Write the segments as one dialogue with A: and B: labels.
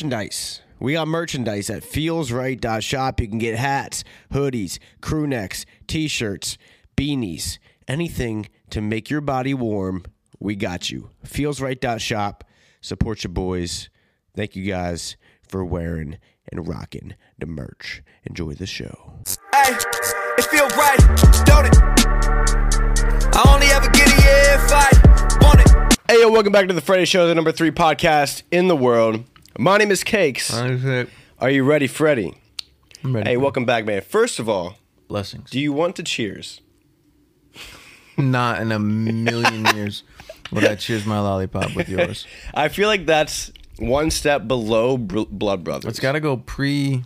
A: Merchandise. We got merchandise at feelsright.shop. You can get hats, hoodies, crew necks, t shirts, beanies, anything to make your body warm. We got you. Feelsright.shop. Support your boys. Thank you guys for wearing and rocking the merch. Enjoy the show.
B: Hey, it feel right, don't it? I only ever get it yeah, if I want it.
A: Hey, yo, welcome back to the Friday Show, the number three podcast in the world. My name is Cakes. Are you ready, Freddy?
C: I'm ready.
A: Hey, welcome back, man. First of all,
C: Blessings.
A: do you want to cheers?
C: Not in a million years would I cheers my lollipop with yours.
A: I feel like that's one step below br- Blood Brothers.
C: It's got to go pre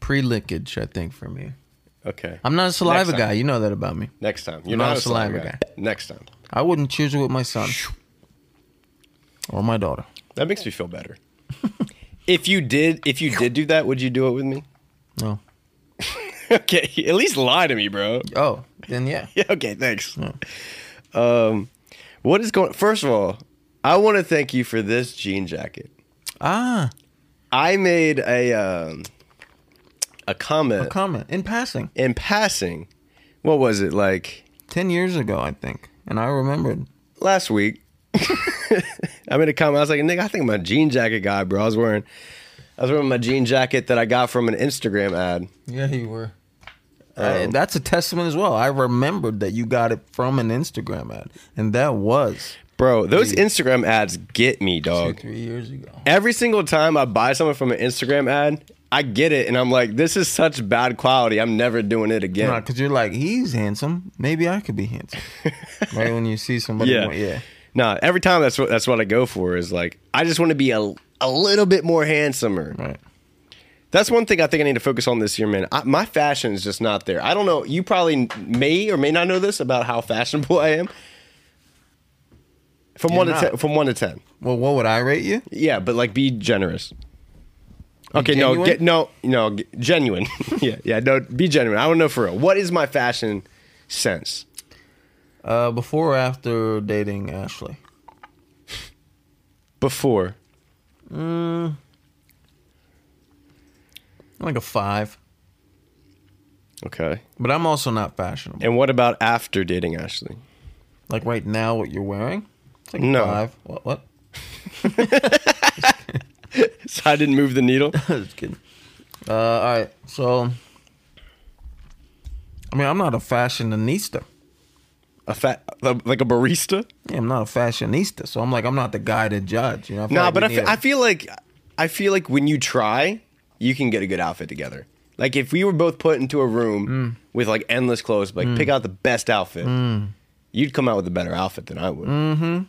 C: pre lickage, I think, for me.
A: okay.
C: I'm not a
A: Next
C: saliva
A: time.
C: guy. You know that about me.
A: Next time. You're
C: I'm
A: not, a saliva, guy. Next time.
C: I wouldn't cheers it with my son or my daughter.
A: That makes me feel better. if you did, if you did do that, would you do it with me?
C: No.
A: okay. At least lie to me, bro.
C: Oh, then yeah.
A: Yeah, okay, thanks. Um, what is going? First of all, I want to thank you for this jean jacket.
C: Ah,
A: I made a um, a comment
C: comment in passing.
A: in passing. What was it like
C: Ten years ago, I think, and I remembered.
A: last week? I made a comment. I was like, "Nigga, I think my jean jacket guy, bro. I was wearing, I was wearing my jean jacket that I got from an Instagram ad.
C: Yeah, you were. that's a testament as well. I remembered that you got it from an Instagram ad, and that was
A: Bro, those Instagram ads get me,
C: two,
A: dog.
C: three years ago.
A: Every single time I buy something from an Instagram ad, I get it, and I'm like, "This is such bad quality. I'm never doing it again."
C: No, because you're like, he's handsome. Maybe I could be handsome. right when you see somebody,
A: Yeah.
C: more- yeah.
A: No, every time that's what that's what I go for is like I just want to be a a little bit more handsomer.
C: right.
A: That's one thing I think I need to focus on this year, man. I, my fashion is just not there. I don't know. You probably may or may not know this about how fashionable I am. From
C: You're
A: one
C: not.
A: to ten, from one to ten,
C: Well, what would I rate you?
A: yeah, but like be generous. Okay, no,
C: genuine?
A: get no, no, g genuine. yeah, yeah, no, be genuine. I don't know for real. What is my fashion sense?
C: Uh, before or after dating Ashley?
A: Before
C: Like a five.
A: okay,
C: But I'm also not fashionable.
A: and what about after dating Ashley?
C: Like right now, what you're wearing? It's like a
A: No.
C: five. What? What?
A: So I didn't move the needle.
C: Just kidding. Uh, all right. So, I mean, I'm not a fashionista.
A: a fat like a barista.
C: Yeah, I'm not a fashionista. So I'm like, I'm not the guy to judge. You know? I feel
A: Nah,
C: like
A: but
C: we
A: I fe-
C: need a-
A: I feel like I feel like when you try, you can get a good outfit together. Like if we were both put into a room with like endless clothes, like pick out the best outfit, you'd come out with a better outfit than I would. Mm-hmm. Mm.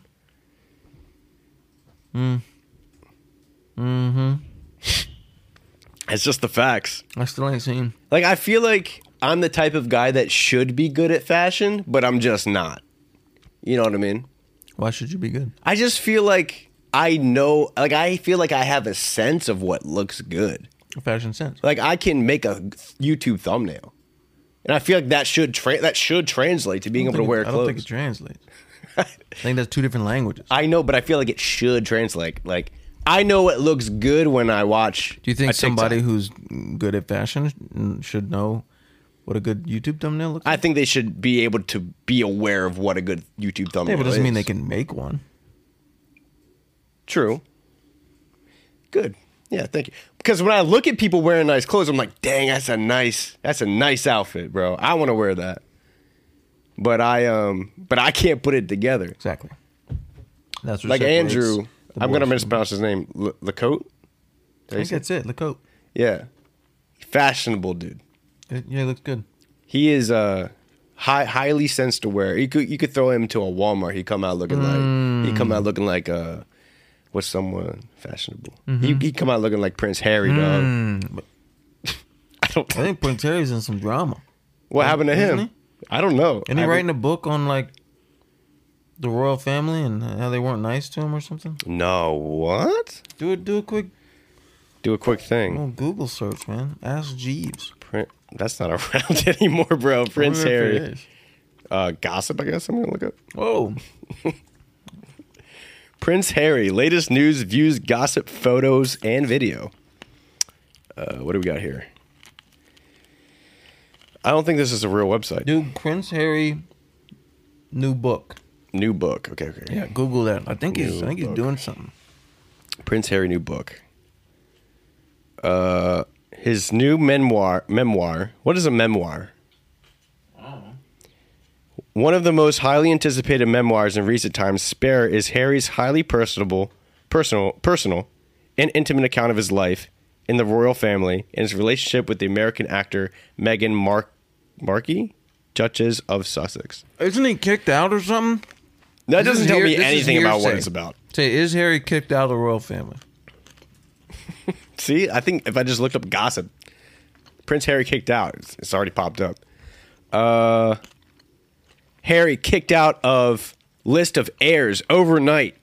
A: Mm-hmm. it's just the facts.
C: I still ain't seen.
A: Like I feel like I'm the type of guy that should be good at fashion, but I'm just not. You know what I mean?
C: Why should you be good?
A: I just feel like I know, like I feel like I have a sense of what looks good.
C: Fashion sense.
A: Like I can make a YouTube thumbnail, and I feel like that should tra- that should translate to being able to wear
C: I don't think it
A: clothes.
C: translates. I think that's two different languages.
A: I know, but I feel like it should translate. Like I know what looks good when I watch.
C: Do you think
A: a TikTok.
C: somebody who's good at fashion mm, should know what a good YouTube thumbnail looks like?
A: I think they should be able to be aware of what a good YouTube thumbnail.
C: yeah, but it doesn't mean they
A: is.
C: can make one.
A: True. Good. Yeah, thank you. Because when I look at people wearing nice clothes, I'm like, dang, that's a nice, that's a nice outfit, bro. I want to wear that. But I um, but I can't put it together.
C: Exactly. That's what
A: Like
C: separates
A: Andrew,
C: the
A: I'm gonna
C: boys.
A: mispronounce his name, L- Lacote.
C: I think that's it. Look out.
A: Yeah, fashionable dude.
C: It- yeah, it looks good.
A: He is uh, high, highly sensed aware. You could you could throw him to a Walmart. He come out looking like he come out looking like uh, what's someone fashionable? He
C: Mm-hmm.
A: he come out looking like Prince Harry, dog.
C: Mm.
A: I don't.
C: I think Prince Harry's in some drama.
A: What happened to
C: Isn't
A: him? I don't know.
C: And he
A: I haven't-
C: writing a book on like the royal family and how they weren't nice to him or something.
A: No, what?
C: Do it. Do a quick
A: Do a quick
C: little
A: thing.
C: Google search, man. Ask Jeeves.
A: Prin- That's not around anymore, bro. Prince
C: Wonder if he
A: Harry.
C: is.
A: Uh, gossip, I guess. I'm gonna look up
C: Whoa.
A: Prince Harry, latest news, views, gossip, photos, and video. Uh, what do we got here? I don't think this is a real website. New,
C: Dude, Prince Harry, new book.
A: book. Okay, okay.
C: Yeah, Google that. I think he's.
A: New
C: I think he's
A: book.
C: doing something.
A: Prince Harry new book. Uh, his new memoir. Memoir. What is a memoir? One of the most highly anticipated memoirs in recent times, Spare, is Harry's highly personable, personal, personal, and intimate account of his life in the royal family and his relationship with the American actor Meghan Mark Markey, Duchess of Sussex.
C: Isn't he kicked out or something?
A: That
C: This
A: doesn't
C: is
A: tell
C: hear-
A: me
C: this is
A: anything about what
C: hearsay.
A: it's about.
C: Say, is Harry kicked out of the royal family?
A: See, I think if I just looked up gossip, Prince Harry kicked out. It's, it's already popped up. Uh, Harry kicked out of list of heirs overnight.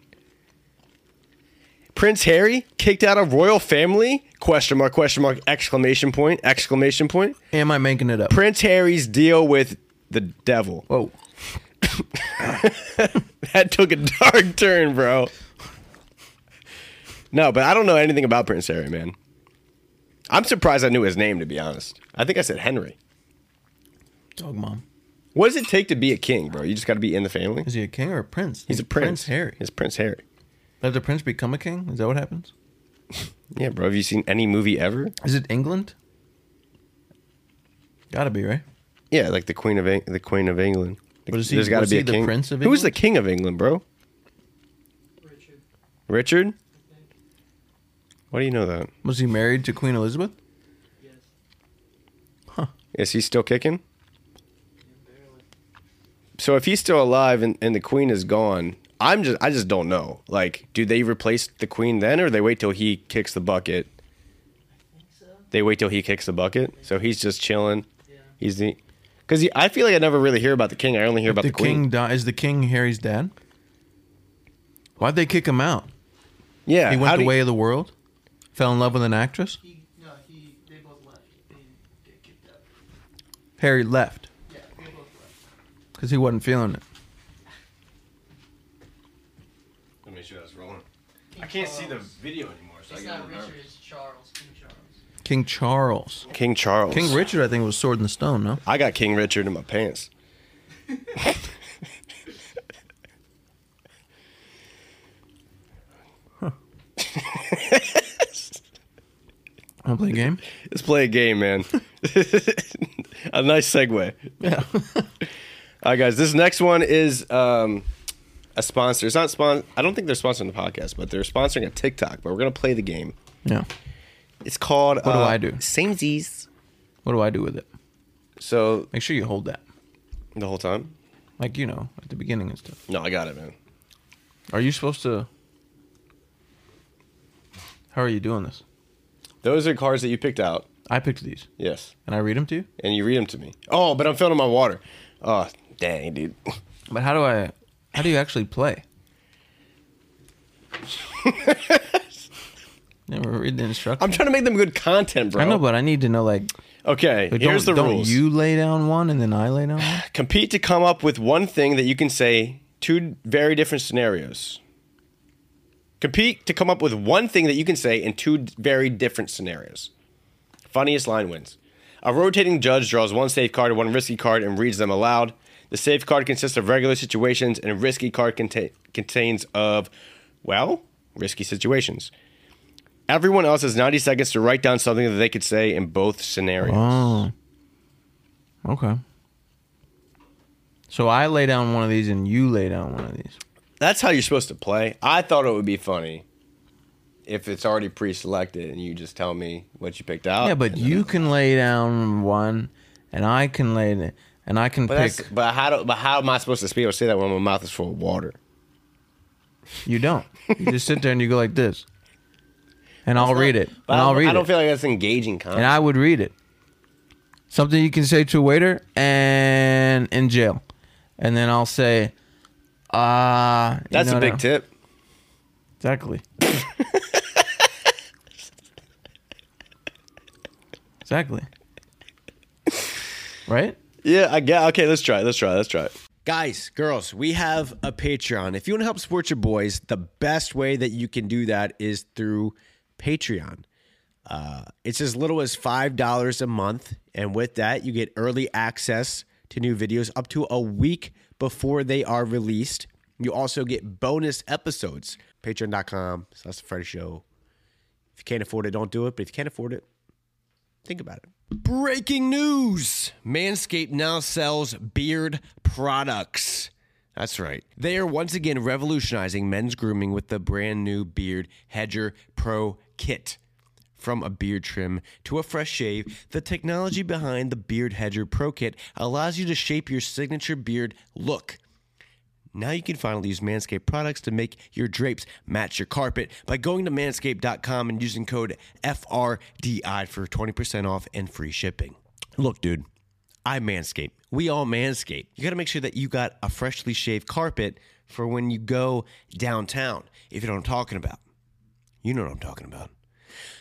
A: Prince Harry kicked out of royal family? Question mark? Question mark? Exclamation point! Exclamation point!
C: Am I making it up?
A: Prince Harry's deal with the devil.
C: Whoa.
A: That took a dark turn, bro. No, but I don't know anything about Prince Harry, man. I'm surprised I knew his name, to be honest. I think I said Henry.
C: Dog mom.
A: What does it take to be a king, bro? You just got to be in the family.
C: Is he a king or a prince?
A: He's a prince.
C: Harry.
A: He's Prince Harry.
C: Does the prince become a king? Is that what happens?
A: Yeah, bro. Have you seen any movie ever?
C: Is it England? Gotta be right.
A: Yeah, like the Queen of Eng- the Queen of England.
C: But is he-
A: There's got to
C: was
A: be
C: he
A: a
C: the
A: king.
C: Prince of
A: Who's the
C: England?
A: King of England, bro? Richard. Richard. Why do you know that?
C: Was he married to Queen Elizabeth?
A: Is he still kicking? So if he's still alive and, and the queen is gone, I'm just I just don't know. Like, do they replace the queen then or they wait till he kicks the bucket? They wait till he kicks the bucket. So he's just chilling. He's the cuz he, I feel like I never really hear about the king. I only hear about the,
C: the
A: queen.
C: king di- is the king Harry's dad. Why'd they kick him out?
A: yeah.
C: He
A: how
C: went
A: do
C: the
A: you-
C: way of the world, fell in love with an actress.
D: He, no, he, they both left. They get kicked out.
C: Harry left
D: Yeah, they both left.
C: because he wasn't feeling it.
A: Let me make sure that's rolling. I can't see the video anymore, so
D: It's not Richard, it's Charles, King Charles.
C: King Charles,
A: King Charles.
C: King Richard, I think was Sword in the Stone. No,
A: I got King Richard in my pants.
C: want to play a game?
A: Let's play a game, man. a nice segue.
C: Yeah.
A: All right, guys. This next one is um, a sponsor. It's not spon. I don't think they're sponsoring the podcast, but they're sponsoring a TikTok. But we're gonna play the game.
C: yeah.
A: It's called. uh, What
C: do I do?
A: Samesies.
C: What do I do with it?
A: So
C: Make sure you hold that,
A: the whole time.
C: like you know, at the beginning and stuff.
A: No, I got it, man.
C: Are you supposed to? How are you doing this?
A: Those are cards that you picked out.
C: I picked these,
A: Yes,
C: and I read them to you.
A: and you read them to me. Oh, but I'm filling my water. Oh, dang, dude.
C: But how do I? How do you actually play? Never read the instructions.
A: I'm trying to make them good content, bro.
C: I know, but I need to know like.
A: okay,
C: But
A: here's the
C: don't, don't
A: rules.
C: you lay down one and then I lay down one?
A: Compete to come up with one thing that you can say two very different scenarios. Compete to come up with one thing that you can say in two d- very different scenarios. Funniest line wins. A rotating judge draws one safe card and one risky card and reads them aloud. The safe card consists of regular situations and a risky card contain contains of, well, risky situations. Everyone else has 90 seconds to write down something that they could say in both scenarios.
C: Oh. Okay. So I lay down one of these and you lay down one of these.
A: That's how you're supposed to play. I thought it would be funny if it's already pre-selected and you just tell me what you picked out.
C: Yeah, but you can lay down one and I can lay it and I can
A: But, that's-
C: pick.
A: but how do, but how am I supposed to be able to say that when my mouth is full of water?
C: You don't. You just sit there and you go like this. And I'll read it.
A: But
C: And
A: I
C: I'll
A: don't-
C: read
A: I don't
C: it.
A: feel like that's engaging
C: and
A: content.
C: I would read it. Something you can say to a waiter and in jail. And then I'll say, ah. you
A: That's
C: know,
A: a big
C: no.
A: tip.
C: Exactly. exactly. Right?
A: Yeah, I get. Okay, let's try. it, Let's try. it, Let's try. it. Guys, girls, we have a Patreon. If you want to help support your boys, the best way that you can do that is through Patreon. Uh, it's as little as $5 a month. And with that, you get early access to new videos up to a week before they are released. You also get bonus episodes. Patreon.com slash The Friday Show. If you can't afford it, don't do it. But if you can't afford it, Think about it. Breaking news Manscaped now sells beard products. That's right. They are once again revolutionizing men's grooming with the brand new Beard Hedger Pro Kit. From a beard trim to a fresh shave, the technology behind the Beard Hedger Pro Kit allows you to shape your signature beard look. Now you can finally use Manscaped products to make your drapes match your carpet by going to manscaped.com and using code FRDI for 20% off and free shipping. Look, dude, I manscape. We all manscape. You got to make sure that you got a freshly shaved carpet for when you go downtown, if you know what I'm talking about. You know what I'm talking about.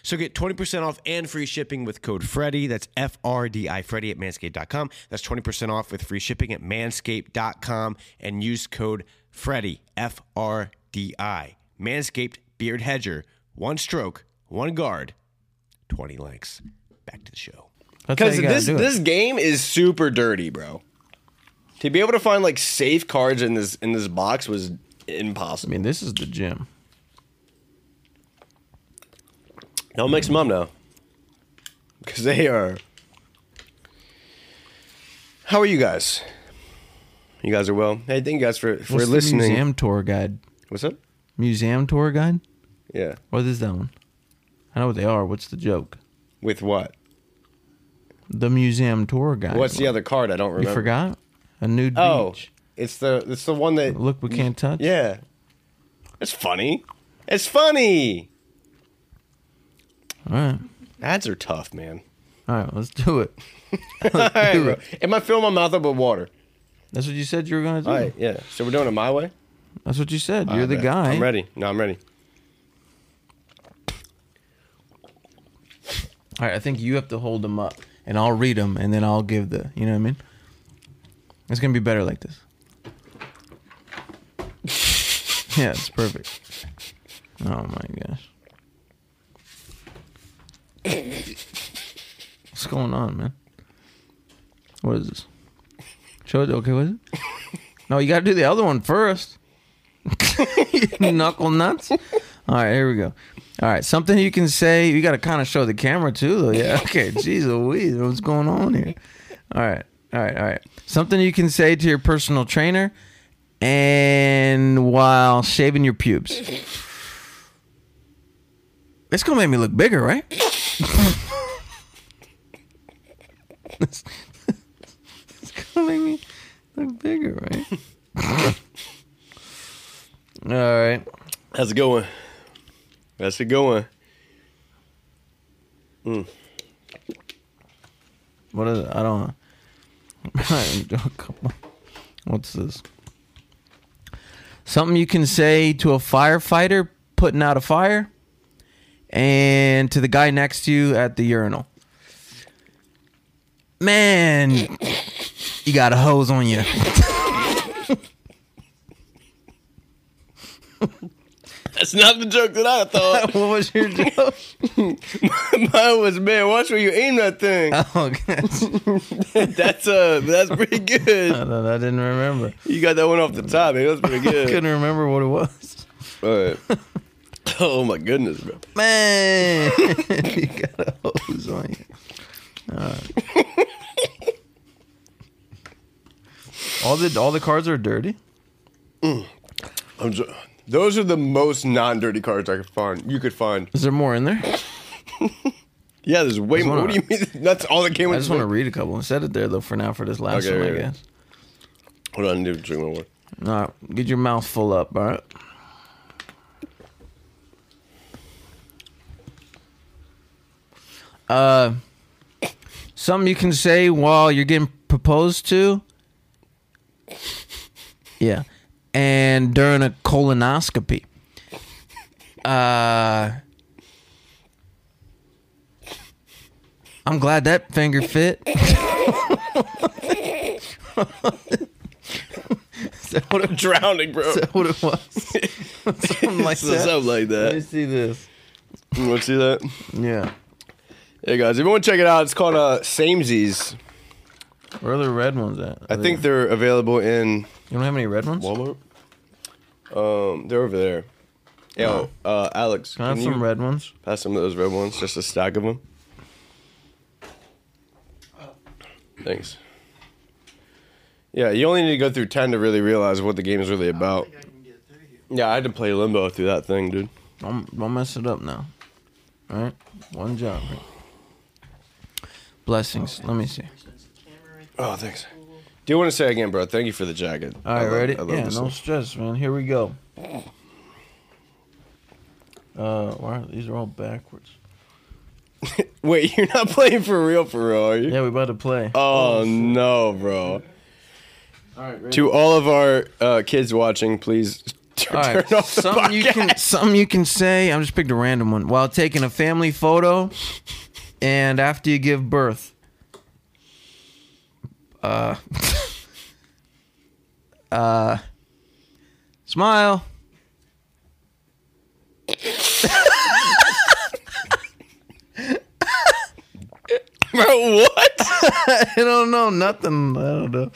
A: So get 20% off and free shipping with code Freddy. That's F R D I Freddy at manscaped.com. That's 20% off with free shipping at manscaped.com and use code Freddy, F R D I. Manscaped Beard Hedger. One stroke, one guard, 20 lengths. Back to the show.
C: That's how
E: Because
C: you gotta
E: this
C: do it.
E: this game is super dirty, bro. To be able to find like safe cards in this in this box was
C: I
E: impossible.
C: mean, this is the gym.
E: Don't mix them up now, because they are. How are you guys? You guys are well. Hey, thank you guys for for
C: What's the
E: listening.
C: museum tour guide.
E: What's up?
C: Museum tour guide?
E: Yeah.
C: What is that one? I know what they are. What's the joke?
E: With what?
C: The museum tour guide.
E: What's the
C: one.
E: other card? I don't
C: You
E: remember.
C: forgot? A nude
E: Oh,
C: beach.
E: it's the it's the one that
C: Look, we can't touch.
E: Yeah. It's funny. It's funny.
C: All right.
E: Ads are tough, man.
C: All right, let's do it.
E: All right, bro. Am I filling my mouth up with water?
C: That's what you said you were going to do.
E: All right, yeah. So we're doing it my way.
C: That's what you said. You're
E: All
C: the
E: right,
C: guy.
E: I'm ready. No, I'm ready.
C: All right, I think you have to hold them up, and I'll read them, and then I'll give the. You know what I mean? It's gonna be better like this. yeah, it's perfect. Oh my gosh. What's going on, man? What is this? Show it. Okay, what is it? No, you gotta do the other one first. You knuckle nuts. All right, here we go. All right, something you can say. You got to kind of show the camera too, though. Yeah. Okay. Jeez Louise, what's going on here? All right, all right, all right. Something you can say to your personal trainer, and while shaving your pubes. It's gonna make me look bigger, right? it's gonna make me look bigger, right? all right.
E: How's it going? How's it going?
C: What is it? I don't know. Come on. What's this? Something you can say to a firefighter putting out a fire and to the guy next to you at the urinal. Man, you got a hose on you.
E: That's not the joke that I thought.
C: what was your joke?
E: Mine was, man, watch where you aim that thing.
C: Oh, God.
E: That's uh, that's pretty good.
C: I didn't remember.
E: You got that one off the top, man. That's pretty good.
C: Couldn't remember what it was.
E: All right. Oh my goodness, bro.
C: Man, you got a hose on you. All the all the cards are dirty.
E: I'm just, those are the most non-dirty cards I could find. You could find.
C: Is there more in there?
E: Yeah, there's way
C: Just
E: more. What
C: wanna-
E: do you mean? That's all that came
C: I
E: with.
C: just
E: this
C: want to read a couple. I said it there though for now for this last
E: Okay,
C: one,
E: right,
C: I
E: right.
C: guess.
E: one. Hold on, dude. Drink my water.
C: All right, get your mouth full up. All right. Uh, something you can say while you're getting proposed to. Yeah, and during a colonoscopy. Uh, I'm glad that finger fit. that what
A: I'm
C: it,
A: drowning, bro.
C: is that what it was? Something like
A: So
C: that.
A: Something like
C: Let me
A: that.
C: see this.
A: You want to see that?
C: Yeah.
A: Hey guys, if you want to check it out, it's called uh, Samesies.
C: Where are the red ones at?
A: I
E: Oh,
A: think they're available in
C: You don't have any red ones?
A: Walmart. Um, they're over there. Yo, uh, Alex,
C: Can I have
A: can
C: some
A: you
C: red ones?
A: pass some of those red ones? Just a stack of them. Thanks. Yeah, you only need to go through ten to really realize what the game is really
D: I
A: about.
D: think I can get through here.
A: Yeah, I had to play Limbo through that thing, dude.
C: Don't, don't mess it up now. All right? One job. Right? Blessings. Let me see.
D: There's a camera right
A: Oh, thanks. Do you want to say again, bro? Thank you for the jacket.
C: All
A: I
C: right,
A: love-
C: ready?
A: I love
C: Yeah, no
A: this one.
C: stress, man. Here we go. Uh, why are, these are all backwards.
A: Wait, you're not playing for real, for real, are you?
C: Yeah, we about to play.
A: Oh, no, bro.
C: all right, ready?
A: To all of our uh, kids watching, please t-
C: All
A: turn
C: right,
A: off the
C: something you can
A: podcast.
C: something you can say. I'm just picked a random one while taking a family photo, and after you give birth. Uh, uh, smile.
A: Bro, what?
C: I don't know nothing. I don't know. All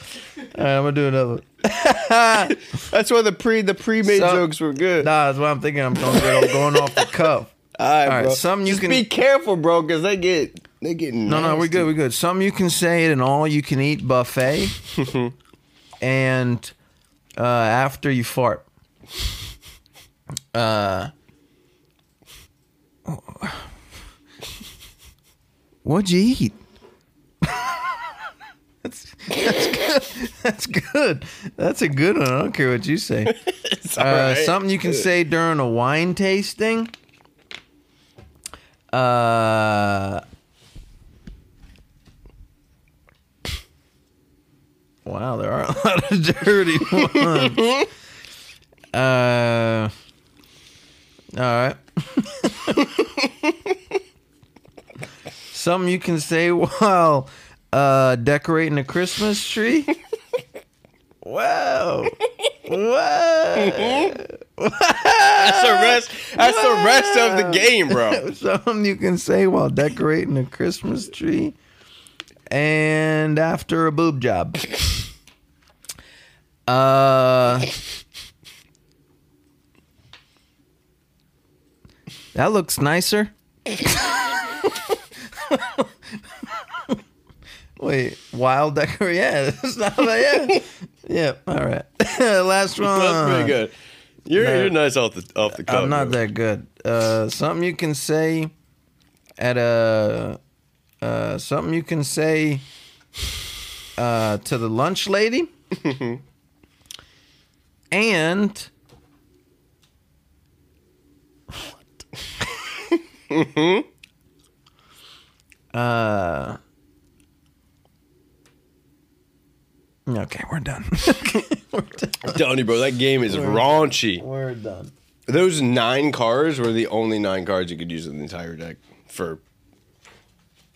C: right, I'm gonna do another. one.
A: That's why the pre the pre made
C: So-
A: jokes were good.
C: Nah, that's what I'm thinking. I'm going, I'm going off the cuff.
A: all right,
C: all right,
A: bro.
C: something you
A: Just
C: can-
A: be careful, bro, because they get they get
C: No, no, we're
A: nasty.
C: good. We're good. Something you can say at an all you can eat buffet, and uh, after you fart. Uh, what'd you eat? that's, that's good. That's good. That's a good one. I don't care what you say.
A: It's all
C: Uh,
A: right.
C: Something you can say during a wine tasting. Uh, wow, there are a lot of dirty ones. uh, all right. Something you can say while uh, decorating a Christmas tree. Wow. Wow.
A: That's the rest. That's the rest of the game, bro.
C: something you can say while decorating a Christmas tree and after a boob job. Uh That looks nicer. Wait, wild decor? Yeah, that's not yeah. Yeah, all right. Last one.
A: That's pretty good. You're
C: no.
A: you're nice off the off the cuff.
C: I'm not
A: bro.
C: that good. Uh, something you can say at a uh, something you can say uh, to the lunch lady, and uh, okay, we're done. we're done.
A: telling you, bro. That game is raunchy.
C: We're done.
A: Those nine cards were the only nine cards you could use in the entire deck for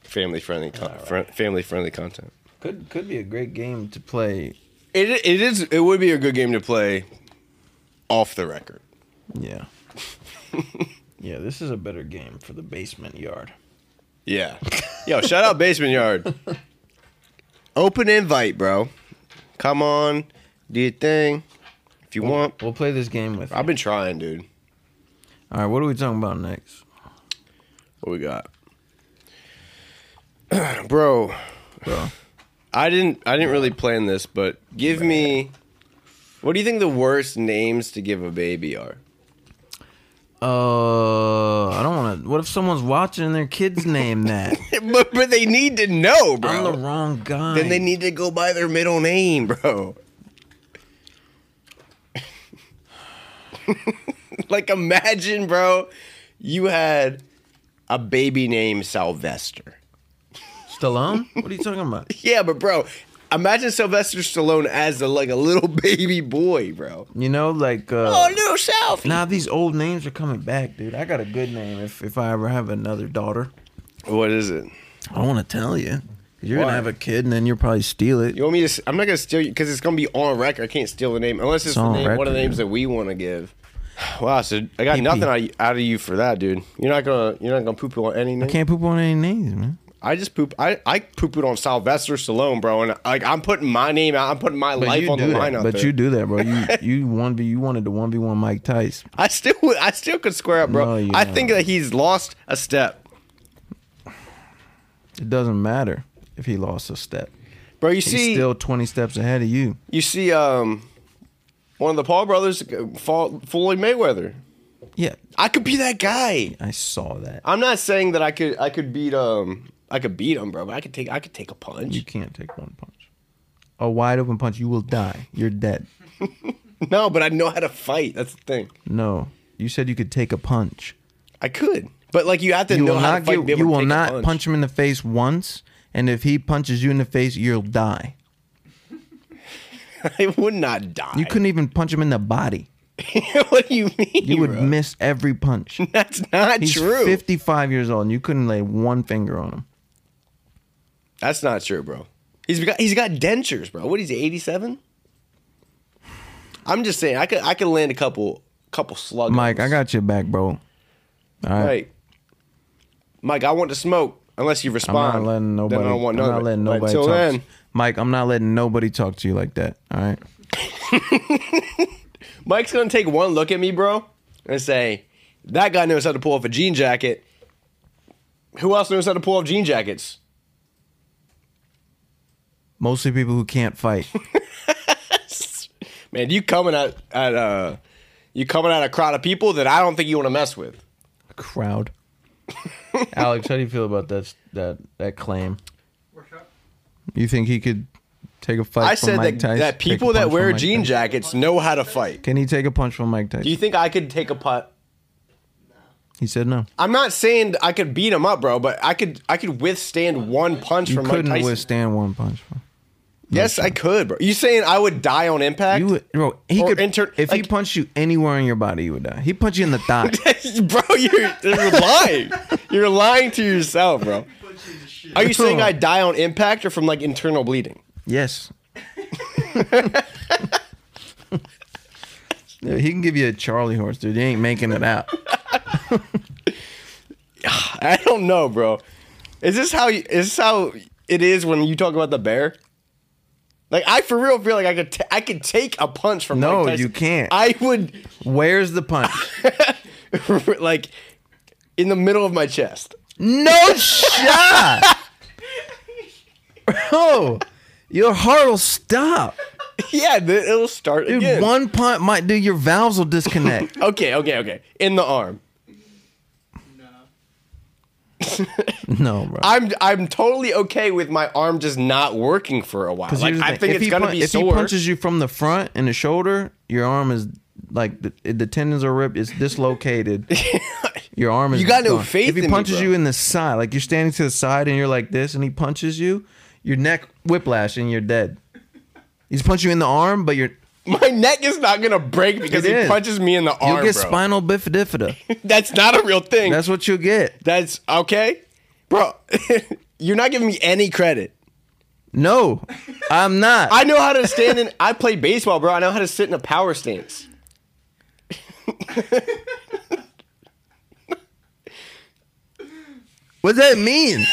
A: family friendly con- family friendly content.
C: Could could be a great game to play.
A: It it is it would be a good game to play off the record.
C: Yeah. yeah, this is a better game for the basement yard.
A: Yeah. Yo, shout out Basement Yard. Open invite, bro. Come on, do your thing if you want.
C: We'll play this game with.
A: I've been trying, dude.
C: All right, what are we talking about next?
A: What we got? Bro,
C: Bro.
A: I didn't I didn't really plan this, but give me What do you think the worst names to give a baby are?
C: Uh, I don't want to. What if someone's watching and their kid's name that?
A: but, but they need to know,
C: I'm
A: bro.
C: the wrong guy.
A: then they need to go by their middle name, bro. like imagine, bro, you had a baby named Sylvester.
C: Stallone. What are you talking about?
A: Yeah, but bro, imagine Sylvester Stallone as a, like a little baby boy, bro.
C: You know, like uh,
A: little Sylvie.
C: now these old names are coming back, dude. I got a good name if if I ever have another daughter.
A: What is it?
C: I want to tell you. You're
A: Why?
C: gonna have a kid, and then you'll probably steal it.
A: You want me to? s- I'm not gonna steal you because it's gonna be on record. I can't steal the name unless it's
C: It's
A: the
C: on
A: name, one of
C: record,
A: the names
C: yeah.
A: that we want to give. Wow, so I got
C: PP.
A: nothing out of- out of you for that, dude. You're not gonna you're not gonna poop on any name.
C: I can't poop on any names, man.
A: I just poop. I I poop it on Sylvester Stallone, bro. And like I'm putting my name out. I'm putting my life
C: you
A: on the
C: do that.
A: line out
C: But
A: there.
C: you do that, bro. You you one v you wanted to one v one Mike Tice.
A: I still I still could square up,
C: No,
A: bro.
C: you
A: I
C: don't.
A: think that he's lost a step,
C: It doesn't matter if he lost a step.
A: bro. You
C: He's
A: see,
C: still twenty steps ahead of you.
A: you see, um, one of the Paul brothers, uh, fall, Floyd Mayweather.
C: Yeah,
A: I could be that guy.
C: I saw that.
A: I'm not saying that I could I could beat um I could beat him, bro. But I could take I could take a
C: You
A: punch.
C: can't take one punch. A wide open punch, you will die. You're dead.
A: No, but I know how to fight. That's the thing.
C: No, you said you could take a punch.
A: I could, but like you have to
C: You
A: know
C: will
A: how
C: not
A: to fight. to
C: get.
A: be able
C: You
A: to
C: will
A: take a
C: not punch.
A: punch.
C: him in the face once, and if he punches you in the face, you'll die.
A: I would not die.
C: You couldn't even punch him in the body.
A: what do you mean?
C: You would
A: bro?
C: miss every punch.
A: That's not
C: He's
A: true.
C: 55 years old, and you couldn't lay one finger on him.
A: That's not true, bro. He's got he's got dentures, bro. What is he? 87. I'm just saying I could I could land a couple couple slugs.
C: Mike, I got your back, bro. All right.
A: Right. Mike, I want to smoke unless you
C: I'm
A: respond.
C: not letting nobody.
A: Then I don't want
C: I'm
A: none of
C: not
A: it.
C: letting
A: But
C: nobody
A: till
C: talk.
A: then,
C: Mike, I'm not letting nobody talk to you like that. All right.
A: Mike's gonna take one look at me, bro, and say, "That guy knows how to pull off a jean jacket." Who else knows how to pull off jean jackets?
C: Mostly people who can't fight.
A: Man, you coming at at uh, you coming at a crowd of people that I don't think you want to mess with.
C: Crowd. Alex, how do you feel about that that that claim?
D: Workshop.
C: You think he could take a fight?
A: I
C: from
A: said
C: Mike
A: that
C: Tyson?
A: that
C: Take a
A: people that
C: punch from
A: wear
C: Mike
A: jean
C: Tyson?
A: jackets know how to fight.
C: Can he take a punch from Mike
A: Do
C: Tyson?
A: you think I could take a putt?
C: he said no.
A: I'm not saying I could beat him up, bro, but I could I could withstand one punch
C: You
A: from Mike
C: couldn't
A: Tyson.
C: withstand one punch. Bro.
A: yes, I could, bro. You saying I would die on impact?
C: You would, bro. He
A: Or
C: could.
A: inter-
C: if he
A: like-
C: punched you anywhere in your body, you would die. He punched you in the thigh.
A: bro, you're, you're lying. You're lying to yourself, bro. Are you saying I die on impact or from like internal bleeding?
C: yes. Yeah, he can give you a Charlie horse, dude. He ain't making it out.
A: I don't know, bro. Is this how you, is this how it is when you talk about the bear? Like I for real feel like I could t- I could take a punch from
C: No,
A: Mike Tyson.
C: you can't.
A: I would
C: Where's the punch?
A: like in the middle of my chest.
C: No shot. Bro, your heart will stop.
A: Yeah, th- it'll start
C: Dude,
A: again.
C: one punch might do your valves will disconnect.
A: okay, okay, okay. In the arm.
D: No.
C: no, bro.
A: I'm I'm totally okay with my arm just not working for a while.
C: 'Cause
A: Like
C: here's the
A: I
C: thing,
A: think
C: if
A: it's
C: he
A: gonna
C: pun-
A: be
C: if
A: sore.
C: he punches you from the front and the shoulder, your arm is like the, the tendons are ripped, it's dislocated. your arm is
A: You got no
C: gone.
A: faith
C: If he
A: in me,
C: punches
A: bro.
C: you in the side, like you're standing to the side and you're like this, and he punches you, your neck whiplash and you're dead. He's punching you in the arm, but you're
A: My neck is not gonna break because
C: It
A: he
C: is.
A: punches me in the
C: you'll
A: arm,
C: get
A: bro.
C: spinal bifida.
A: That's not a real thing. That's,
C: That's what you'll get.
A: okay, bro. you're not giving me any credit.
C: No, I'm not.
A: I know how to stand in. I play baseball, bro. I know how to sit in a power stance.
C: what does that mean?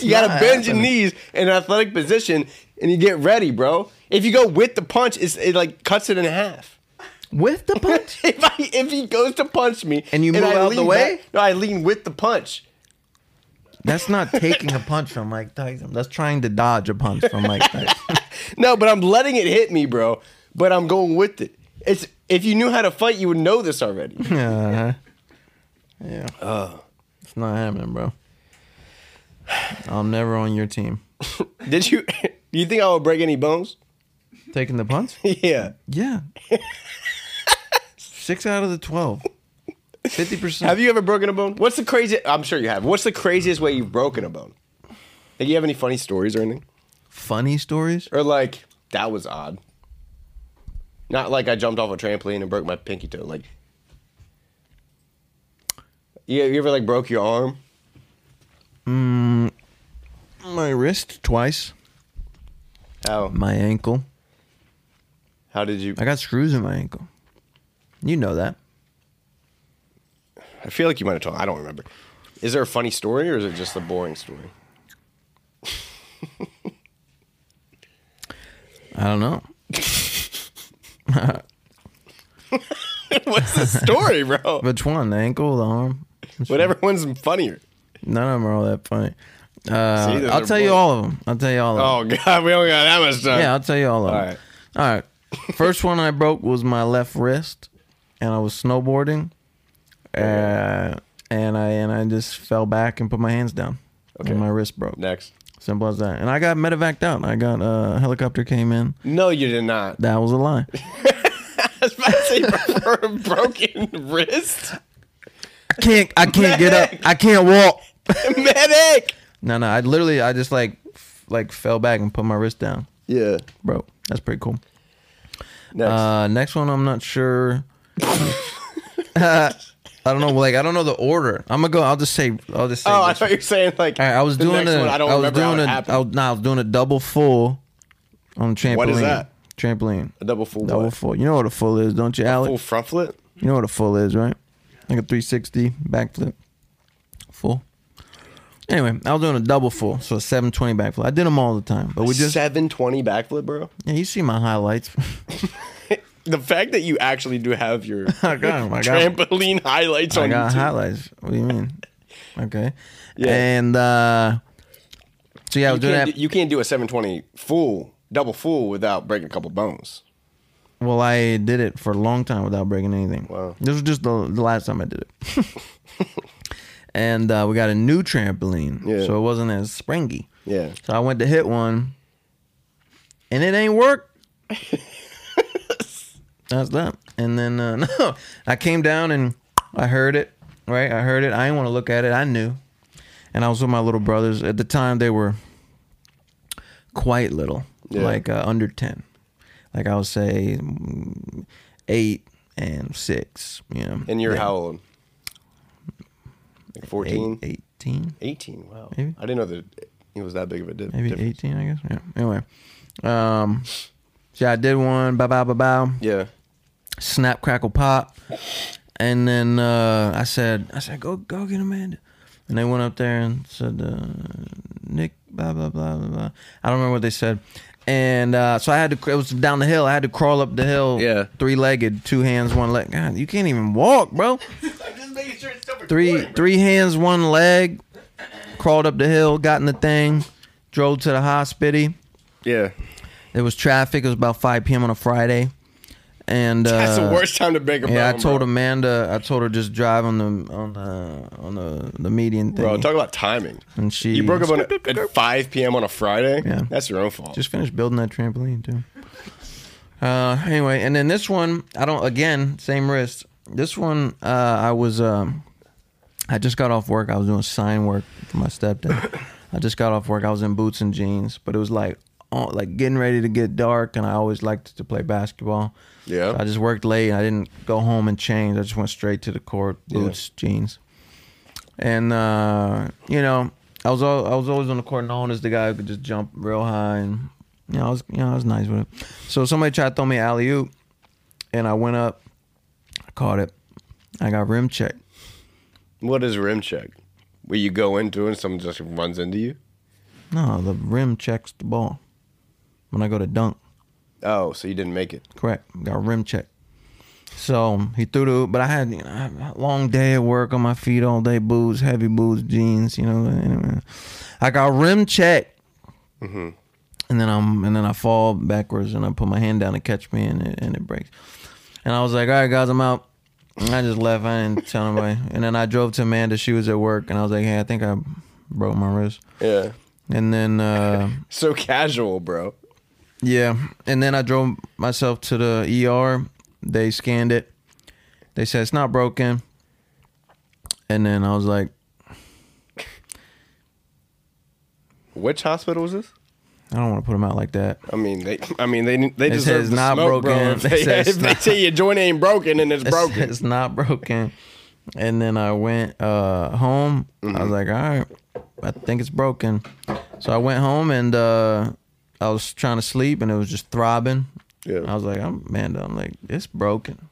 A: You gotta
C: not
A: bend your
C: happening.
A: knees in an athletic position, and you get ready, bro. If you go with the punch, it's, it like cuts it in half.
C: With the punch?
A: If I, if he goes to punch me,
C: And you move
A: I
C: out the
A: lean
C: way?
A: back- no, I lean with the punch.
C: That's not taking a punch from Mike Tyson. That's trying to dodge a punch from Mike Tyson.
A: No, but I'm letting it hit me, bro. But I'm going with it. It's if you knew how to fight, you would know this already.
C: Uh-huh. Yeah. Uh. it's not happening, bro. I'm never on your team.
A: Did you? Do you think I would break any bones?
C: Taking the punch?
A: yeah.
C: Yeah. Six out of the 12. 50%.
A: Have you ever broken a bone? What's the craziest? I'm sure you have. What's the craziest way you've broken a bone? Like, you have any funny stories or anything?
C: funny stories?
A: Or like that was odd. Not like I jumped off a trampoline and broke my pinky toe. Like, you, you ever like broke your arm?
C: wrist twice.
A: How
C: My ankle.
A: how did you?
C: I got screws in my ankle. You know that.
A: I feel like you might have told. I don't remember. Is there a funny story or is it just a boring story?
C: I don't know.
A: What's the story, bro?
C: Which one? The ankle, the arm?
A: Whatever one's funnier.
C: None of them are all that funny.
A: See,
C: Uh,
A: those
C: I'll
A: are
C: tell you
A: boring.
C: all of them. I'll tell you all of them.
A: Oh god, we only got that much time.
C: Yeah, I'll tell you all of
A: All
C: them.
A: right.
C: All right. First one I broke was my left wrist, and I was snowboarding, uh, and I and I just fell back and put my hands down,
A: Okay.
C: and my wrist broke.
A: Next.
C: Simple as that. And I got medevaced out. I got uh, a helicopter came in.
A: No, you did not.
C: That was a lie.
A: I was about to say for a broken wrist.
C: I can't. I can't get up. I can't walk.
A: Medic.
C: No, no. I literally. I just like f- like fell back and put my wrist down.
A: Yeah.
C: Bro, that's pretty cool.
A: Next.
C: Uh, next one, I'm not sure. Uh, I don't know. Like, I don't know the order. I'm gonna go. I'll just say. I'll just say.
A: oh, I
C: this.
A: thought you were saying like
C: All right, I was
A: the
C: doing
A: next
C: a.
A: one. I don't
C: was
A: remember how
C: doing
A: it
C: a. I
A: happened.
C: was, nah, I was doing a double full on trampoline.
A: What is that?
C: Trampoline.
A: a double full
C: Double
A: what?
C: full. You know what a full is, don't you, Alec?
A: full front flip.
C: You know what a full is, right? Like a 360 backflip. Full. Anyway, I was doing a double full, so a 720 backflip. I did them all the time, but we just.
A: seven twenty backflip, bro.
C: Yeah, you see my highlights.
A: The fact that you actually do have your
C: I got 'em, I got 'em.
A: trampoline highlights
C: I
A: on
C: got
A: YouTube.
C: highlights. What do you mean? Okay.
A: Yeah.
C: And uh so yeah, I
A: you,
C: was doing
A: can't
C: that.
A: do, you can't do a seven twenty full double full without breaking a couple bones.
C: well, I did it for a long time without breaking anything.
A: Wow.
C: This was just the, the last time I did it. and uh, we got a new trampoline,
A: Yeah.
C: so it wasn't as springy.
A: Yeah.
C: So I went to hit one, and it ain't work. That's that. And then uh, no, I came down and I heard it. Right, I heard it. I didn't want to look at it. I knew, and I was with my little brothers at the time. They were quite little,
A: Yeah.
C: like uh, under ten. Like I would say mm, eight and six. You know,
A: And you're
C: like
A: how old? Like
C: eight-
A: 14?
C: 18?
A: 18, wow.
C: Maybe.
A: I didn't know that it was that big of a di-
C: maybe
A: difference.
C: 18 i guess yeah anyway um so i did one bow bow bow bow
A: Yeah.
C: snap crackle pop and then uh i said i said go go get amanda and they went up there and said uh, nick blah blah blah blah blah i don't remember what they said and uh, so I had to. cr- It was down the hill. I had to crawl up the hill.
A: Yeah.
C: three legged, two hands, one leg. God, you can't even walk, bro.
D: I'm just making sure it's still
C: Three
D: recording, bro.
C: three hands, one leg. Crawled up the hill, got in the thing, drove to the hospital.
A: Yeah.
C: There was traffic. It was about 5 p.m. on a Friday, and uh,
A: That's the worst time to break a
C: Yeah, I
A: bone,
C: told
A: bro.
C: Amanda. I told her just drive on the on the on the, the median thing.
A: Bro, talk about timing.
C: and she
A: You broke up on a, at 5 p.m. on a Friday?
C: Yeah.
A: That's your own fault.
C: Just finished building that trampoline too. Uh, anyway, and then this one, I don't. Again, same wrist. This one, uh, I was. Um, I just got off work. I was doing sign work for my stepdad. I just got off work. I was in boots and jeans, but it was like, oh, like getting ready to get dark, and I always liked to play basketball.
A: Yeah.
C: So I just worked late. And I didn't go home and change. I just went straight to the court, boots, jeans, and uh, you know, I was all, I was always on the court known as the guy who could just jump real high, and you know, I was you know, I was nice with it. So somebody tried to throw me alley oop, and I went up, I caught it, I got rim checked.
A: what is rim check? Where you go into it and someone just runs into you?
C: No, the rim checks the ball. When I go to dunk,
A: Oh, so you didn't make it.
C: correct. Got rim check. So he threw the, but I had you know, I had a long day at work on my feet all day, boots, heavy boots, jeans, you know. Anyway, I got rim check, and then I'm and then I fall backwards and I put my hand down to catch me and it, and it breaks. And I was like, all right, guys, I'm out. And I just left. I didn't tell nobody. And then I drove to Amanda. She was at work, and I was like, hey, I think I broke my wrist.
A: Yeah.
C: And then. uh
A: So casual, bro.
C: Yeah, and then I drove myself to the ER. They scanned it. They said it's not broken. And then I was like,
A: Which hospital was this?
C: I don't want to put them out like that.
A: I mean, they. I mean, they. They
C: It
A: deserve
C: says
A: the
C: not
A: smoke, bro.
C: broken.
A: If
C: It
A: they,
C: says
A: if they
C: not-
A: say your joint ain't broken, and it's
C: It's,
A: broken.
C: it's
A: Mm-hmm.
C: not broken. And then I went uh, home. I was like, all right. I think it's broken. So I went home and uh, I was trying to sleep and it was just throbbing.
A: Yeah.
C: I was like, I'm man, I'm like, it's broken.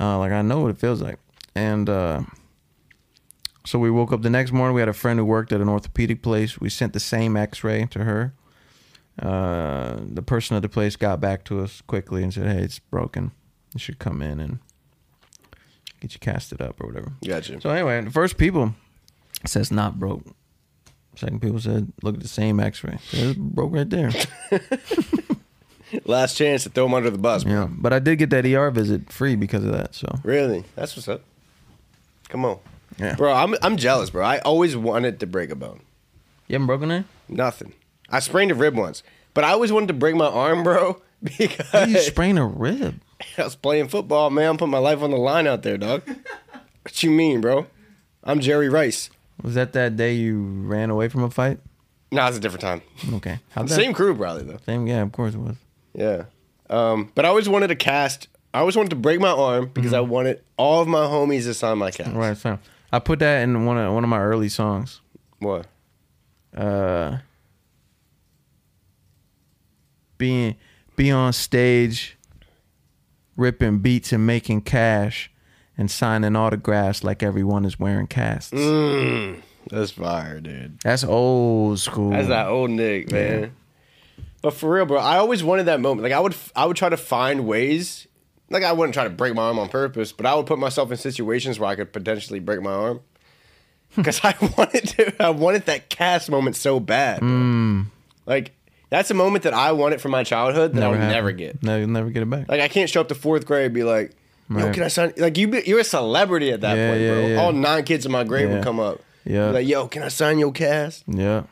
C: Uh, like I know what it feels like. And uh, so we woke up the next morning. We had a friend who worked at an orthopedic place. We sent the same X-ray to her. Uh, the person at the place got back to us quickly and said, "Hey, it's broken. You should come in and get you casted up or whatever."
A: Gotcha.
C: So anyway, the first people says not broke. Second people said, "Look at the same X-ray. Said, It's broke right there."
A: Last chance to throw him under the bus.
C: yeah, but I did get that ER visit free because of that. So
A: Really? That's what's up. Come on.
C: Yeah.
A: Bro, I'm I'm jealous, bro. I always wanted to break a bone.
C: you haven't broken it.
A: Nothing. I sprained a rib once, but I always wanted to break my arm, bro,
C: How do you
A: because
C: sprain a rib?
A: I was playing football, man. Put my life on the line out there, dog. What you mean, bro? I'm Jerry Rice.
C: Was that that day you ran away from a fight?
A: Nah, it's a different time.
C: Okay, how that?
A: Same crew, probably though.
C: Same. Yeah, of course it was.
A: Yeah. Um, but I always wanted to cast. I always wanted to break my arm because I wanted all of my homies to sign my cast.
C: Right. So I put that in one of one of my early songs.
A: What?
C: Uh, being be on stage, ripping beats and making cash, and signing autographs like everyone is wearing casts.
A: Mm. That's fire, dude.
C: That's old school.
A: That's that old Nick, man. But for real, bro, I always wanted that moment. Like I would, I would try to find ways. Like I wouldn't try to break my arm on purpose, but I would put myself in situations where I could potentially break my arm.
C: Hmm.
A: Because I wanted to, I wanted that cast moment so bad. bro.
C: Hmm.
A: Like that's a moment that I wanted from my childhood that I'll
C: happened.
A: never get.
C: No, you'll never get it back.
A: Like I can't show up to fourth grade and be like, "Yo,
C: Right.
A: can I sign?" Like you, be, you're a celebrity at that
C: Yeah,
A: point,
C: yeah,
A: bro.
C: yeah.
A: All nine kids in my grade
C: Yeah.
A: would come up.
C: Yeah.
A: Be Like, yo, can I sign your cast?
C: yeah.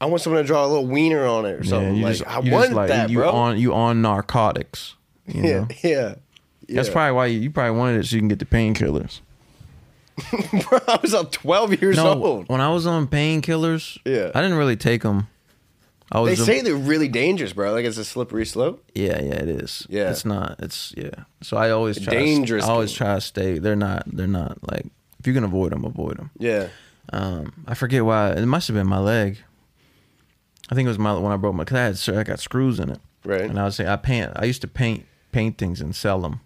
A: I want someone to draw a little wiener on it or something.
C: you
A: like
C: just-
A: I
C: you just,
A: wanted
C: like,
A: that,
C: you
A: bro.
C: On you on narcotics. You
A: yeah,
C: know?
A: yeah,
C: That's
A: yeah.
C: probably why you, you probably wanted it so you can get the painkillers.
A: Bro, I was like twelve years
C: No,
A: old.
C: when I was on painkillers,
A: Yeah.
C: I didn't really take them. I
A: They
C: was a-
A: say they're really dangerous, bro. Like it's a slippery slope.
C: yeah, yeah, it is.
A: Yeah.
C: it's not. It's yeah. So I always try
A: Dangerous
C: To, I always
A: game.
C: try to stay. They're not. They're not like if you can avoid them, avoid them.
A: Yeah,
C: Um, I forget why. It must have been my leg. I think it was my when I broke my. Cause I had so I got screws in it.
A: Right.
C: And I would say I paint. I used to paint paintings and sell them.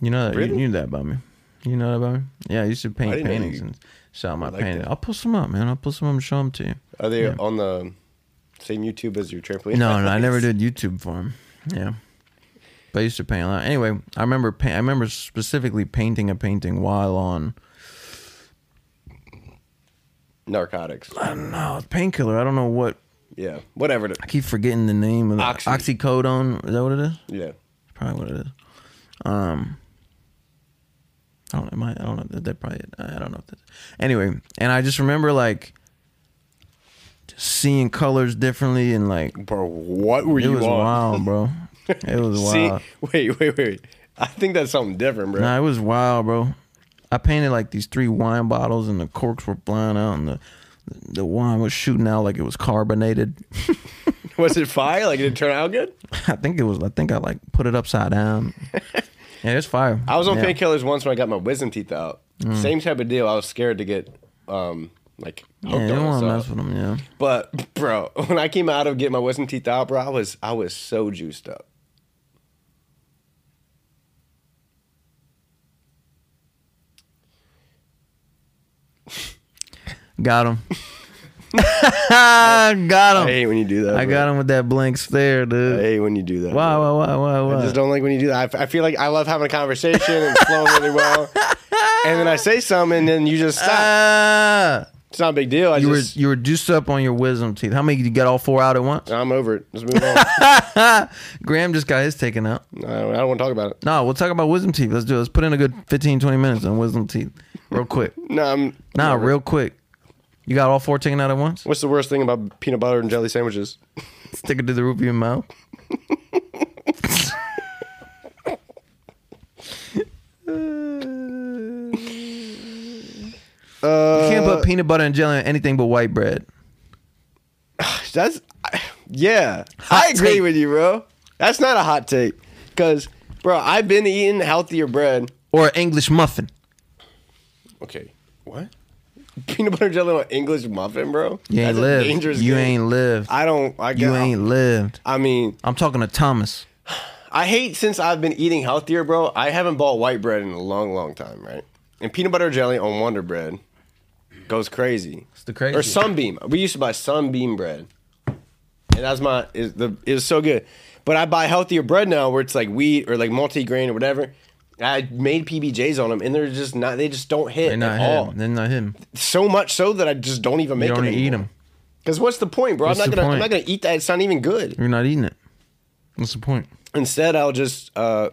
C: You know that
A: Really?
C: you knew that about me. You know that about me. Yeah, I used to paint
A: didn't know
C: paintings
A: you-
C: and sell my
A: like
C: paintings.
A: that.
C: I'll post them up, man. I'll post them up and show them to you.
A: are they
C: Yeah.
A: on the same YouTube as your trampoline?
C: No, no, I never did YouTube for him. Yeah, but I used to paint a lot. Anyway, I remember pa- I remember specifically painting a painting while on.
A: Narcotics.
C: I don't know it's painkiller. I don't know what.
A: Yeah, whatever. the-
C: I keep forgetting the name of the
A: Oxy.
C: oxycodone. Is that what it is?
A: yeah,
C: Probably what it is. Um. I don't, am I, I don't know. That, that probably. I don't know. If that, anyway, and I just remember like just seeing colors differently and like
A: bro. What were
C: it
A: you
C: was
A: on?
C: wild, bro. It was
A: See,
C: wild.
A: wait, wait, wait. I think that's something different, bro.
C: Nah, it was wild, bro. I painted like these three wine bottles, and the corks were flying out, and the the wine was shooting out like it was carbonated.
A: Was it fire? Like, did it turn out good?
C: I think it was. I think I like put it upside down. yeah, it's fire.
A: I was on
C: yeah. Mm.
A: painkillers once when I got my wisdom teeth out. Same type of deal. I was scared to get um like
C: Yeah, you
A: hooked
C: don't
A: on
C: want to
A: stuff.
C: mess with them. Yeah,
A: But bro, when I came out of getting my wisdom teeth out, bro, I was I was so juiced up.
C: got him. got
A: I
C: him.
A: hate when you do that.
C: Oh. I
A: bro.
C: got him with that blank stare,
A: I
C: dude.
A: hate when you do that.
C: Wow,
A: bro.
C: wow, wow, wow, wow.
A: I just don't like when you do that. I f- I, feel like I love having a conversation and it's flowing really well, and then I say something, and then you just stop.
C: Ah,
A: it's not a big deal. I
C: you were
A: just
C: you were juiced up on your wisdom teeth. How many did you get all four out at once?
A: I'm over it. Let's move on. I
C: Graham just got his taken out.
A: don't, I don't want to talk about it.
C: No, we'll talk about wisdom teeth. Let's do it. Let's put in a good 15, 20 minutes on wisdom teeth. Real quick.
A: No, I'm
C: nah,
A: I'm over it.
C: real quick. You got all four taken out at once?
A: What's the worst thing about peanut butter and jelly sandwiches?
C: Stick it to the roof of your mouth. Uh, you can't put peanut butter and jelly on anything but white bread.
A: That's yeah. I
C: Hot
A: agree
C: take.
A: with you, bro. That's not a hot take, because bro, I've been eating healthier bread.
C: Or an English muffin.
A: Okay, what? peanut butter and jelly on an English muffin, bro.
C: You ain't
A: That's a
C: lived.
A: dangerous
C: you
A: game.
C: ain't lived.
A: I don't. I
C: you
A: got-
C: ain't lived.
A: I mean,
C: I'm talking to Thomas.
A: I hate since I've been eating healthier, bro. I haven't bought white bread in a long, long time, right? And peanut butter jelly on Wonder Bread goes crazy.
C: It's the crazy.
A: Or Sunbeam. We used to buy Sunbeam bread, and that's my is the it was so good. But I buy healthier bread now, where it's like wheat or like multigrain or whatever. I made PBJs on them, and they're just not. They just don't hit
C: They're
A: at
C: not
A: all.
C: him. They're not him.
A: So much so that I just don't even
C: You
A: make
C: don't
A: them.
C: eat
A: anymore.
C: him.
A: Cause what's the point, bro?
C: What's
A: I'm
C: the
A: not gonna.
C: point?
A: I'm not gonna eat that. It's not even good.
C: You're not eating it. What's the point?
A: Instead, I'll just uh,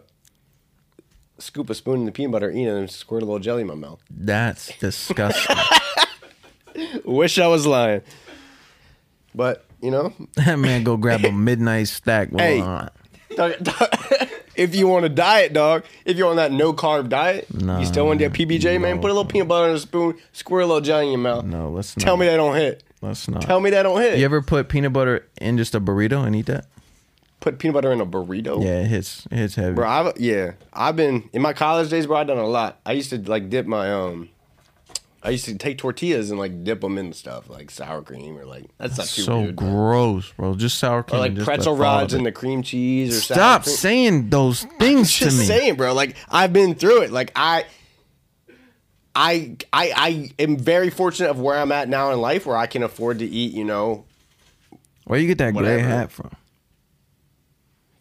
A: scoop a spoon in the peanut butter, eat it, and squirt a little jelly in my mouth.
C: That's disgusting.
A: Wish I was lying, but you know,
C: that man go grab a midnight stack. uh, while
A: Hey.
C: on.
A: Dog- dog- if you want a diet, dog, if you're on that no carb diet,
C: Nah,
A: you still want that PBJ, man.
C: no.
A: Put a little peanut butter in a spoon, squirt a little jelly in your mouth.
C: No, let's not.
A: Tell me that don't hit.
C: Let's not.
A: Tell me that don't hit.
C: You ever put peanut butter in just a burrito and eat that?
A: put peanut butter in a burrito?
C: Yeah, it hits. It hits heavy.
A: Bro, I've, yeah, I've been in my college days, bro. I've done a lot. I used to like dip my um, I used to take tortillas and like dip them in stuff like sour cream or like that's not too
C: so
A: weird, bro.
C: gross, bro. Just sour cream.
A: Or
C: and
A: like
C: just
A: pretzel
C: the thought of
A: rods and
C: it.
A: the cream cheese or
C: Stop
A: sour cream.
C: saying those things to
A: just
C: me.
A: saying, bro. Like I've been through it. Like I, I, I, I am very fortunate of where I'm at now in life, where I can afford to eat. You know,
C: Where you get that gray
A: Whatever.
C: hat from?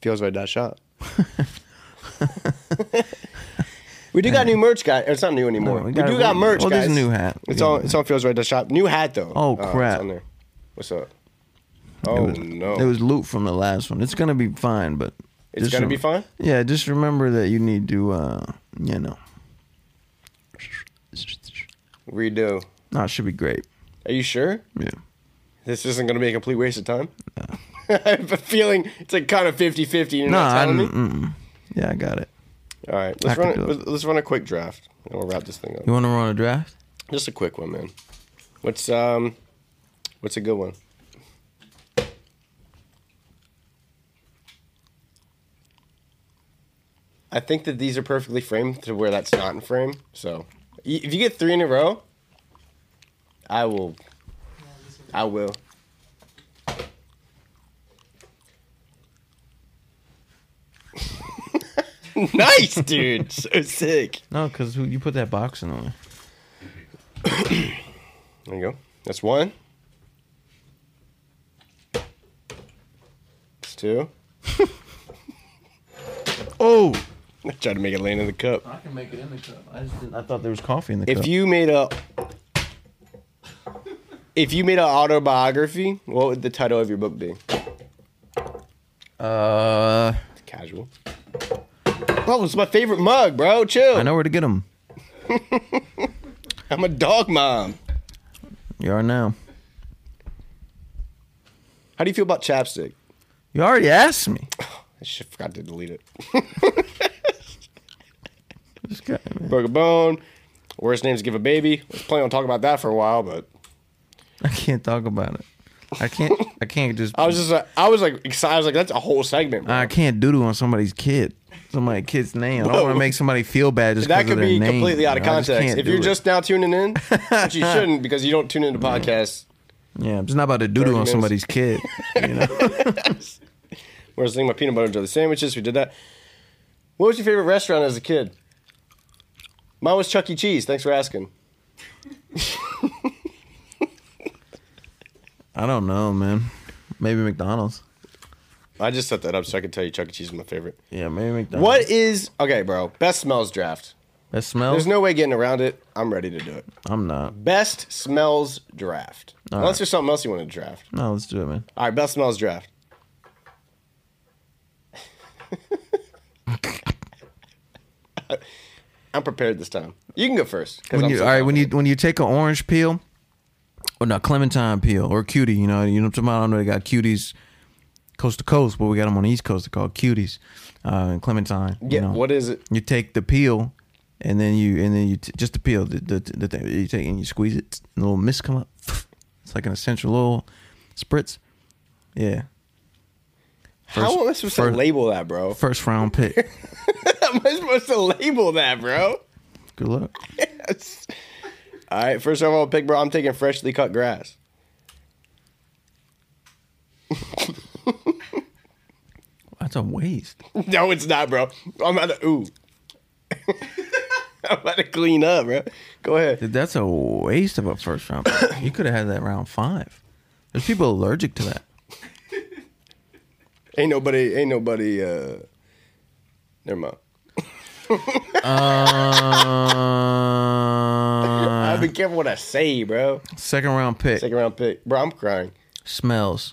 A: feels like that shot. we do got new merch, guys. It's not new anymore.
C: No, we
A: we,
C: got-
A: do got
C: we-
A: merch,
C: well, there's
A: guys.
C: a new hat. We
A: It's
C: got a
A: on.
C: new
A: It's on feels right. The shop. New hat though. Uh,
C: Oh,
A: it's
C: crap.
A: on there. What's up?
C: It
A: Oh
C: was,
A: no.
C: It was loot from the last one. It's gonna be fine, but
A: It's
C: just
A: gonna
C: rem-
A: be fine?
C: Yeah, just remember that you need to, uh, you know.
A: redo.
C: No, it should be great.
A: Are you sure?
C: Yeah.
A: This isn't going to be a complete waste of time. I have a feeling it's like kind of 50 50. You're
C: No,
A: not
C: I
A: telling me?
C: don't. mm-mm. Yeah, I got it.
A: All right,
C: I
A: let's
C: can
A: run.
C: do
A: A,
C: it.
A: let's- let's run a quick draft, and we'll wrap this thing
C: You
A: up.
C: want to run a draft?
A: Just a quick one, man. What's um, what's a good one? I think that these are perfectly framed to where that's not in frame. So, y- if you get three in a row, I will. I will. nice, dude. So sick.
C: No, because you put that box in the way.
A: There you go. That's one. That's two.
C: Oh,
A: I tried to make it land in the cup.
C: I can make it in the cup. I just didn't, I thought there was coffee in the
A: If
C: cup.
A: you made a if you made an autobiography, what would the title of your book be?
C: uh,
A: It's casual. Bro, it's my favorite mug, bro. Chill.
C: I know where to get them.
A: I'm a dog mom.
C: You are now.
A: How do you feel about chapstick?
C: You already asked me.
A: I should forgot to delete it.
C: This guy, man.
A: Broke a bone. Worst names to give a baby. I was planning on talking about that for a while, but
C: I can't talk about it. I can't. I can't just.
A: I was just uh, I was like excited. I was like, that's a whole segment. Bro.
C: I can't doodle on somebody's kid, somebody's kid's name. I
A: Whoa.
C: don't want to make somebody feel bad just
A: that
C: because of
A: could
C: their
A: be
C: name.
A: completely out of
C: you know? I
A: context.
C: can't
A: If
C: do
A: you're
C: it.
A: just now tuning in, which you shouldn't because you don't tune into podcasts.
C: yeah, I'm just not about to doodle
A: 30
C: on
A: minutes.
C: somebody's kid. You know?
A: We're just thinking about peanut butter and jelly sandwiches. We did that. What was your favorite restaurant as a kid? Mine was Chuck E. Cheese. Thanks for asking.
C: I don't know, man. Maybe McDonald's.
A: I just set that up so I could tell you Chuck E. Cheese is my favorite.
C: Yeah, maybe McDonald's.
A: What is okay, bro? Best smells draft.
C: That smells.
A: There's no way getting around it. I'm ready to do it.
C: I'm not.
A: Best smells draft.
C: All
A: Unless
C: right.
A: there's something else you want to draft.
C: No, let's do it, man.
A: All right, best smells draft. I'm prepared this time. You can go first. 'cause
C: When
A: I'm
C: you,
A: so
C: all right, when you
A: confident.
C: when you take an orange peel, or no clementine peel, or cutie, you know, you know what I'm talking about. I know they got cuties, coast to coast, but we got them on the east coast. They're called cuties, uh, and clementine. you
A: yeah.
C: know.
A: What is it?
C: you take the peel and then you and then you t- just the peel the, the, the thing you take and you squeeze it and a little mist come up it's like an essential oil spritz yeah
A: How am I supposed
C: first-
A: to label that, bro?
C: first round pick
A: How am I supposed to label that, bro?
C: good luck
A: That's- All right, first overall pick, bro. I'm taking freshly cut grass.
C: That's a waste.
A: No, it's not, bro. I'm about to ooh. I'm about to clean up, bro. Go ahead.
C: Dude, that's a waste of a first round. pick. you could have had that round five. There's people allergic to that.
A: Ain't nobody. Ain't nobody. uh Never mind.
C: Uh,
A: I
C: Uh-huh.
A: be careful what I say, bro.
C: second round pick
A: Second round pick, bro. I'm crying.
C: smells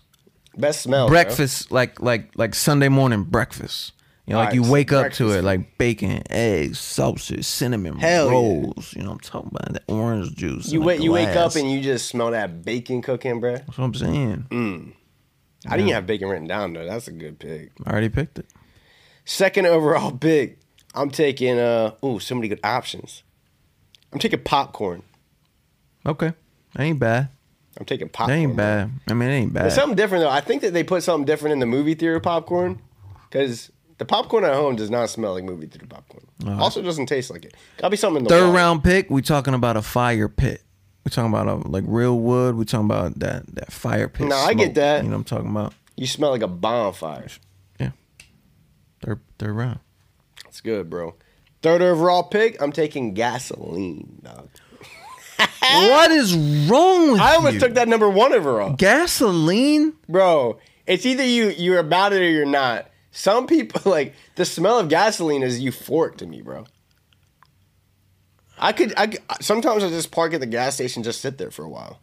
A: Best smell. bro.
C: breakfast like like like Sunday morning breakfast. You know, like you
A: Alright,
C: wake up to
A: breakfast.
C: it like bacon, eggs, sausage, cinnamon
A: Hell yeah.
C: rolls. You know, what I'm talking about the orange juice.
A: You
C: in a
A: wake. You wake up
C: glass.
A: and you Mm. just smell that bacon cooking, bro.
C: That's what I'm saying.
A: I didn't even have bacon written down though. That's a good pick.
C: I already picked it.
A: Second overall pick. I'm taking. uh Ooh, so many good options. I'm taking popcorn.
C: Okay, that ain't bad.
A: I'm taking
C: That
A: popcorn.
C: ain't
A: bro.
C: bad. I mean, it ain't bad.
A: It's something different though. I think that they put something different in the movie theater popcorn because the popcorn at home does not smell like movie theater popcorn. Also, doesn't taste like it. Gotta be something in the
C: Uh-huh. Third
A: water.
C: round pick, we talking about a fire pit. We talking about a, like real wood. We talking about that that fire pit.
A: No, I get
C: smoke.
A: that.
C: You know what I'm talking about?
A: You smell like a bonfire.
C: Yeah. Third third round.
A: It's good, bro. Third overall pick. I'm taking gasoline. Dog.
C: what is wrong with
A: Ah! I almost
C: you?
A: took that number one overall,
C: gasoline.
A: bro. It's either you you're about it or you're not. Some people like the smell of gasoline is euphoric to me, bro. I could, I could sometimes I just park at the gas station, just sit there for a while.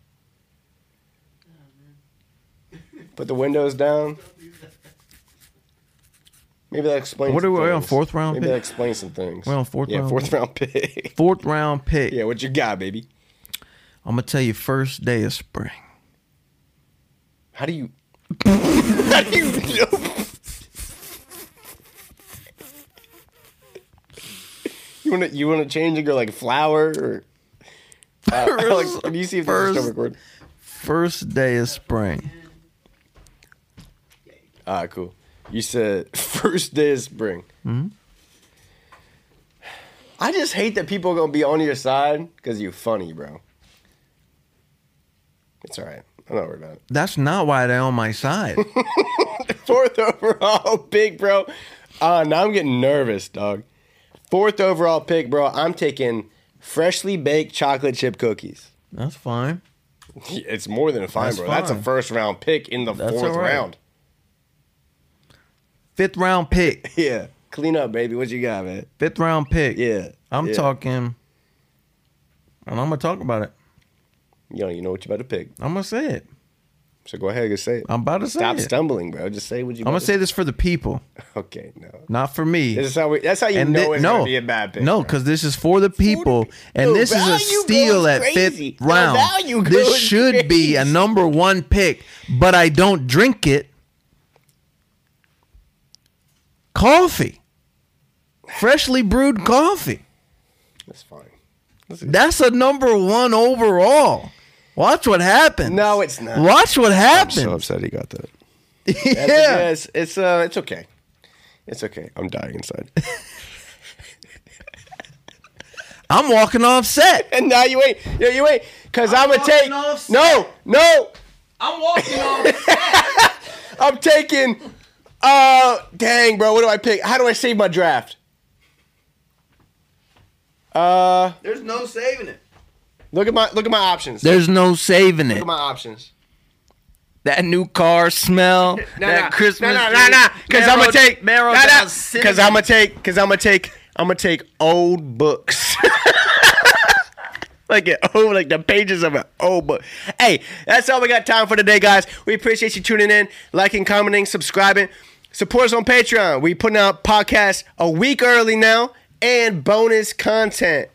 A: Put the windows down. Maybe that explains.
C: What
A: some
C: are we on,
A: things.
C: fourth round
A: Maybe
C: pick?
A: that explains some things.
C: We're on fourth
A: yeah,
C: round
A: fourth
C: pick?
A: round pick.
C: Fourth round pick.
A: yeah, what you got, baby?
C: I'm gonna tell you first day of spring.
A: How do you? How do you know? you want to you want to change and go like flower or? Uh, Alex, do you see if this is still
C: First-
A: recording?
C: First day of spring.
A: All right, Ah, cool. You said first day of spring. I just hate that people are gonna be on your side because you funny, bro. It's all right. I'm not worried about it.
C: That's not why they're on my side.
A: Fourth overall pick, bro. Uh, now I'm getting nervous, dog. Fourth overall pick, bro. I'm taking freshly baked chocolate chip cookies.
C: That's fine.
A: It's more than a fine,
C: That's
A: bro. That's a
C: fine.
A: first round pick in the
C: That's
A: fourth
C: all right.
A: round.
C: Fifth round pick.
A: Yeah. Clean up, baby. What you got, man?
C: Fifth round pick.
A: Yeah.
C: I'm
A: yeah.
C: talking, and I'm gonna talk about it.
A: You don't even know what you're about to pick.
C: I'm gonna say it.
A: So go ahead and say it.
C: I'm about to say
A: Stop
C: it.
A: stumbling, bro. Just say what you
C: I'm gonna
A: about
C: say this for the people,
A: to- Okay, no.
C: not for me.
A: This is how we, that's how you
C: and
A: know
C: thi-
A: it's
C: no,
A: gonna be a bad pick.
C: no,
A: bro.
C: because this is for the people, and
A: The
C: this is a
A: value goes
C: steal at
A: crazy.
C: fifth
A: The
C: round.
A: value
C: This
A: goes
C: should be a
A: crazy.
C: number one pick, but I don't drink it. Coffee, freshly brewed coffee.
A: that's fine.
C: That's a number one overall. Watch what happens.
A: No, it's not.
C: Watch what happens.
A: upset he got that.
C: yeah.
A: It's, it's uh it's okay. It's okay. I'm dying inside.
C: I'm walking off set.
A: And now you ain't. Yeah, you ain't. Cause I'm gonna
C: walking
A: take.
C: off
A: No, no.
C: I'm walking off.
A: I'm taking. Uh, dang, bro. What do I pick? How do I save my draft? Uh,
C: There's no saving it.
A: look at my look at my options. Look
C: There's no saving it.
A: at my options.
C: That new car smell. that Christmas.
A: No, no, no, no. Cause I'm gonna take.
C: Marrow
A: nah, nah,
C: down
A: Cause I'm gonna take. Cause I'm gonna take. I'm gonna take old books. Like an old, like the pages of an old book. Hey, that's all we got time for today, guys. We appreciate you tuning in, liking, commenting, subscribing. Support us on Patreon. We putting out podcasts a week early now and bonus content.